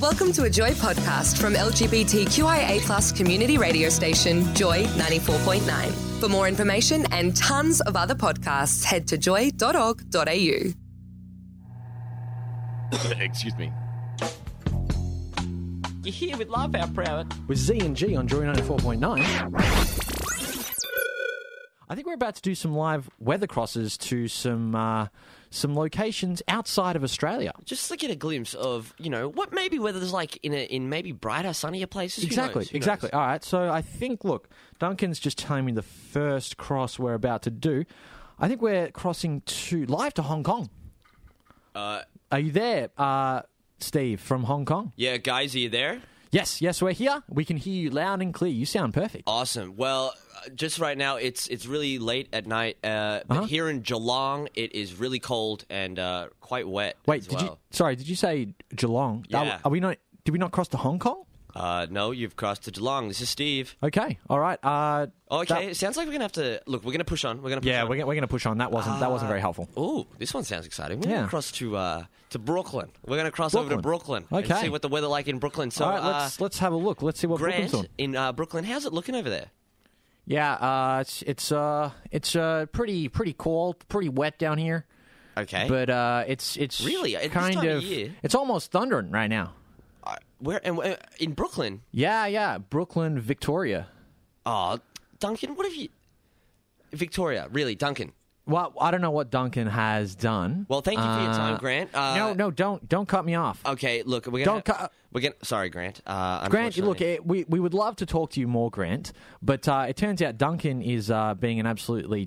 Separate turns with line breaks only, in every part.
Welcome to a Joy podcast from LGBTQIA plus community radio station Joy 94.9. For more information and tons of other podcasts, head to joy.org.au.
Excuse me.
You're here with Love Our Proud.
with Z and G on Joy 94.9. I think we're about to do some live weather crosses to some uh, some locations outside of Australia.
Just to get a glimpse of, you know, what maybe weather's like in a, in maybe brighter, sunnier places. Who
Exactly,
knows? Who knows?
exactly. All right, so I think look, Duncan's just telling me the first cross we're about to do. I think we're crossing to live to Hong Kong. Uh, Are you there, uh, Steve from Hong Kong?
Yeah, guys, are you there?
Yes, yes, we're here. We can hear you loud and clear. You sound perfect.
Awesome. Well, uh, just right now, it's it's really late at night, uh,
Uh-huh.
but here in Geelong, it is really cold and uh, quite wet.
Wait,
as
did you?
well.
Sorry, did you say Geelong? That-
Yeah.
Are we not? Did we not cross to Hong Kong?
Uh, no, you've crossed to Geelong. This is Steve. Oh,
Okay. All right. Uh,
Okay,
that-
it sounds like we're gonna have to look. We're gonna push on. We're gonna push
yeah,
on.
we're, gonna- we're going to push on. That wasn't that wasn't very helpful.
Oh, this one sounds exciting. We're
Yeah.
gonna cross to uh, to Brooklyn. We're gonna cross over to
Brooklyn.
Brooklyn and
Okay.
see what the weather like in Brooklyn. So,
All right.
uh,
Let's let's have a look. Let's see what Brooklyn's
Grant
doing.
in uh, Brooklyn, how's it looking over there?
Yeah. Uh, it's it's uh it's uh pretty pretty cold, pretty wet down here.
Okay,
But uh, it's it's
Really? At this
kind
time of
of
year?
it's almost thundering right now.
Uh, where and uh, in Brooklyn?
Yeah, yeah. Brooklyn, Victoria.
Oh, Duncan, what have you? Victoria, really, Duncan.
Well, I don't know what Duncan has done.
Well, thank you for your time,
Uh,
Grant. Uh,
no, no, don't don't cut me off.
Okay, look, we're gonna.
Don't cut-
We're gonna. Sorry, Grant. Uh,
Grant, you- look,
unfortunately-
it, we, we would love to talk to you more, Grant, but uh, it turns out Duncan is uh, being an absolutely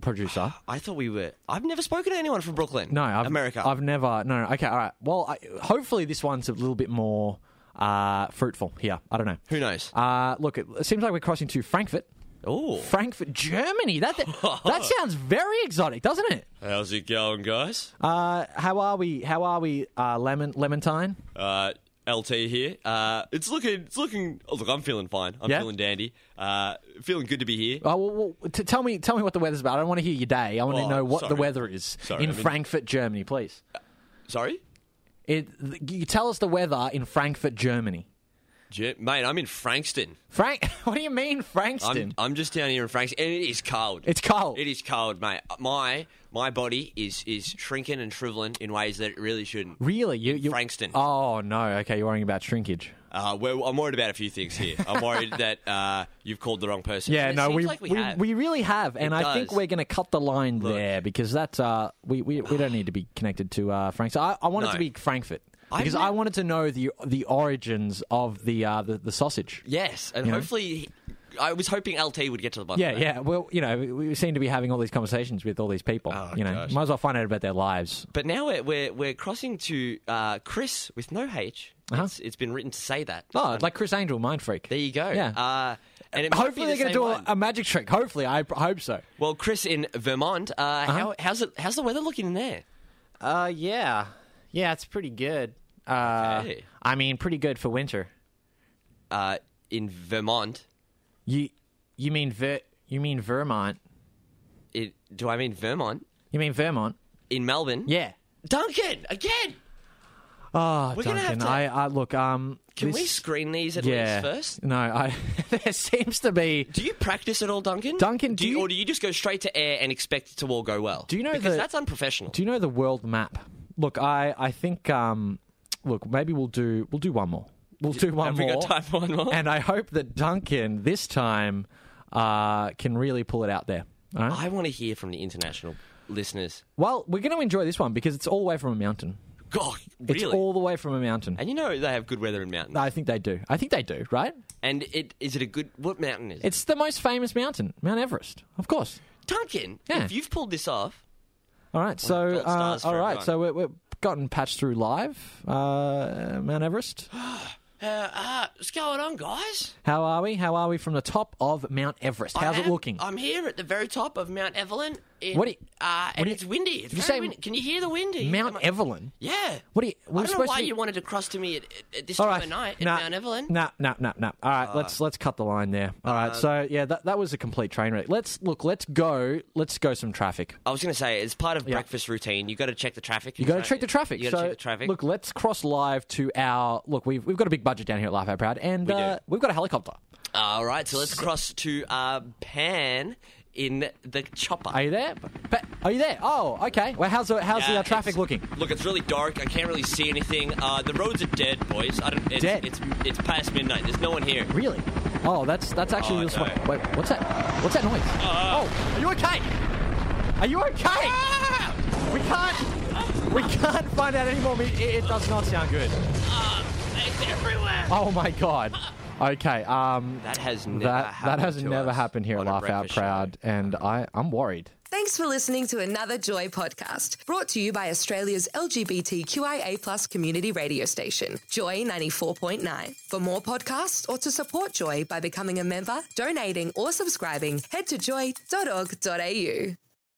producer.
I thought we were. I've never spoken to anyone from Brooklyn.
No, I've,
America.
I've never. No, no, okay, all right. Well, I, hopefully this one's a little bit more uh, fruitful here. I don't know.
Who knows?
Uh, look, it, it seems like we're crossing to Frankfurt.
oh,
Frankfurt, Germany. That, that, that sounds very exotic, doesn't it?
how's it going, guys?
Uh, how are we? How are we? Uh, lemon, Lemontine.
Uh, LT here. Uh, it's looking. It's looking. Oh, look, I'm feeling fine. I'm
Yeah?
feeling dandy. Uh, feeling good to be here.
Oh, well, well, t- tell me, tell me what the weather's about. I don't want to hear your day. I want to
Oh,
know what the
sorry.
weather is
Sorry,
in
I mean-
Frankfurt, Germany, please.
Sorry,
It, th- you tell us the weather in Frankfurt, Germany.
J- mate. I'm in Frankston.
Frank, what do you mean, Frankston?
I'm, I'm just down here in Frankston, and it is cold.
it's cold.
It is cold, mate. My my body is is shrinking and shriveling in ways that it really shouldn't.
Really, you, you
Frankston.
Oh no. Okay, you're worrying about shrinkage.
Uh, well, I'm worried about a few things here. I'm worried that uh, you've called the wrong person.
Yeah,
It
no,
seems
we,
like we,
we,
have.
we really have, and
It
I think
does.
we're going to cut the line
Look.
there because that's uh, we, we, we don't need to be connected to uh, Frankfurt. I, I want it
No.
to be Frankfurt
I
because
knew-
I wanted to know the the origins of the uh, the, the sausage.
yes, and
You know?
hopefully, I was hoping LT would get to the bottom.
Yeah,
of that.
yeah. Well, you know, we, we seem to be having all these conversations with all these people.
Oh,
you know,
gosh.
might as well find out about their lives.
But now we're we're, we're crossing to uh, Chris with no H. It's, it's been written to say that.
Uh-huh. Oh, like Chris Angel, Mind Freak.
there you go.
Yeah.
Uh, and it might be
Hopefully they're
the
going to
same
do a,
one.
a magic trick. Hopefully, I p- hope so.
well, Chris in Vermont. Uh,
Uh-huh.
how, how's it? How's the weather looking in there?
Uh, yeah, yeah, it's pretty good. Uh,
Okay.
I mean, pretty good for winter.
Uh, in Vermont.
You, you mean Ver, you mean Vermont?
It, do I mean Vermont?
You mean Vermont?
In Melbourne.
Yeah.
Duncan again.
Oh,
We're gonna have
Duncan,
to-
I, I look. Um,
Can we
this-
screen these at
yeah.
least first?
No, I. there seems to be.
Do you practice at all, Duncan?
Duncan,
do
do
you,
you-
or do you just go straight to air and expect it to all go well?
Do you know
because
the-
that's unprofessional?
Do you know the world map? Look, I, I think um, look, maybe we'll do we'll do one more. We'll do one
Have we
more.
got time for one more?
And I hope that Duncan this time uh, can really pull it out there. All right.
I want to hear from the international listeners.
Well, we're going to enjoy this one because it's all the way from a mountain.
God,
It's
really?
all the way from a mountain.
and you know they have good weather in mountains.
I think they do. I think they do, right?
and it is it a good what mountain is it?
It's the most famous mountain, Mount Everest, of course.
Duncan,
Yeah.
if you've pulled this off,
All right, so
gold
uh,
stars for
all right,
everyone.
so we're, we're gotten patched through live, uh, Mount Everest.
Uh, uh, what's going on, guys?
How are we? How are we from the top of Mount Everest? How's
I
it
am-
looking?
I'm here at the very top of Mount Evelyn. In,
What do you-
uh,
what
and
do you-
it's windy. It's very
you say
windy. Can you hear the wind? Are you-
Mount
am I-
Evelyn.
Yeah.
What do you- we're
I don't know
supposed
why
to be-
you wanted to cross to me at, at this
All
time
right,
of night at
nah,
Mount Evelyn.
Nah, nah, nah, nah. All right, let's
Ah.
let's cut the line there. All
Uh,
right, so yeah, that, that was a complete train wreck. Let's look. Let's go. Let's go some traffic.
I was going to say, it's part of breakfast routine. You got to check the traffic.
You got to check the traffic.
You got to
so,
check the traffic.
Look, let's cross live to our look. We've we've got a big budget down here at Life Out Proud, and we uh, we've got a helicopter.
All right, so let's cross to uh, Pan in the chopper.
Are you there? But are you there? Oh, okay. Well, how's the, how's the uh, traffic
it's-
looking?
Look, it's really dark. I can't really see anything. Uh, the roads are dead, boys. I don't. It's,
Dead?
It's it's past midnight. There's no one here.
Really? Oh, that's that's
Oh, Uh-huh.
actually this
no.
one. Wait, what's that? What's that noise? oh, are you okay? Are you okay?
Ah!
We can't. We can't find out anymore. We- It, it does not sound good.
It's everywhere.
Oh my god. Okay. Um.
That has never
That
happened
that has
to
never
us
happened here at
on a
Laugh Out
breakfast show.
Proud, and I I'm worried.
Thanks for listening to another Joy podcast, brought to you by Australia's LGBTQIA plus community radio station, Joy 94.9. For more podcasts or to support Joy by becoming a member, donating or subscribing, head to joy.org.au.